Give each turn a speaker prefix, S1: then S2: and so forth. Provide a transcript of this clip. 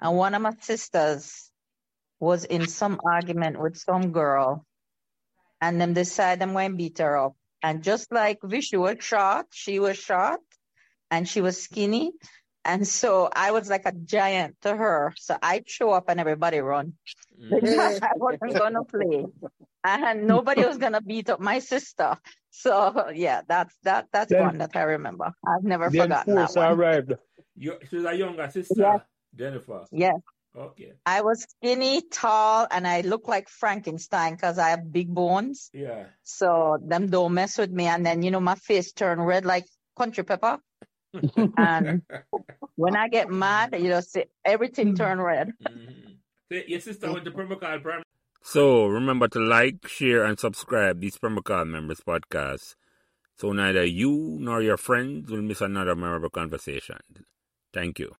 S1: and one of my sisters was in some argument with some girl, and them decided I'm going to beat her up. And just like Vishu was short, she was short, and she was skinny, and so I was like a giant to her. So I'd show up and everybody run. Because I wasn't gonna play. And nobody was gonna beat up my sister. So yeah, that's that that's
S2: Then-
S1: one that I remember. I've never
S2: Then
S1: forgotten that
S2: force
S1: one.
S2: arrived.
S3: You, she's a younger sister,
S1: Yeah.
S3: Jennifer.
S1: Yes.
S3: Okay.
S1: I was skinny, tall, and I looked like Frankenstein because I have big bones.
S3: Yeah.
S1: So them don't mess with me. And then you know my face turned red like country pepper. and when I get mad, you know, see, everything turn red.
S3: Mhm. So your sister went to Permacol Primary. So remember to like, share, and subscribe these Permacol members podcast, so neither you nor your friends will miss another memorable conversation. Thank you.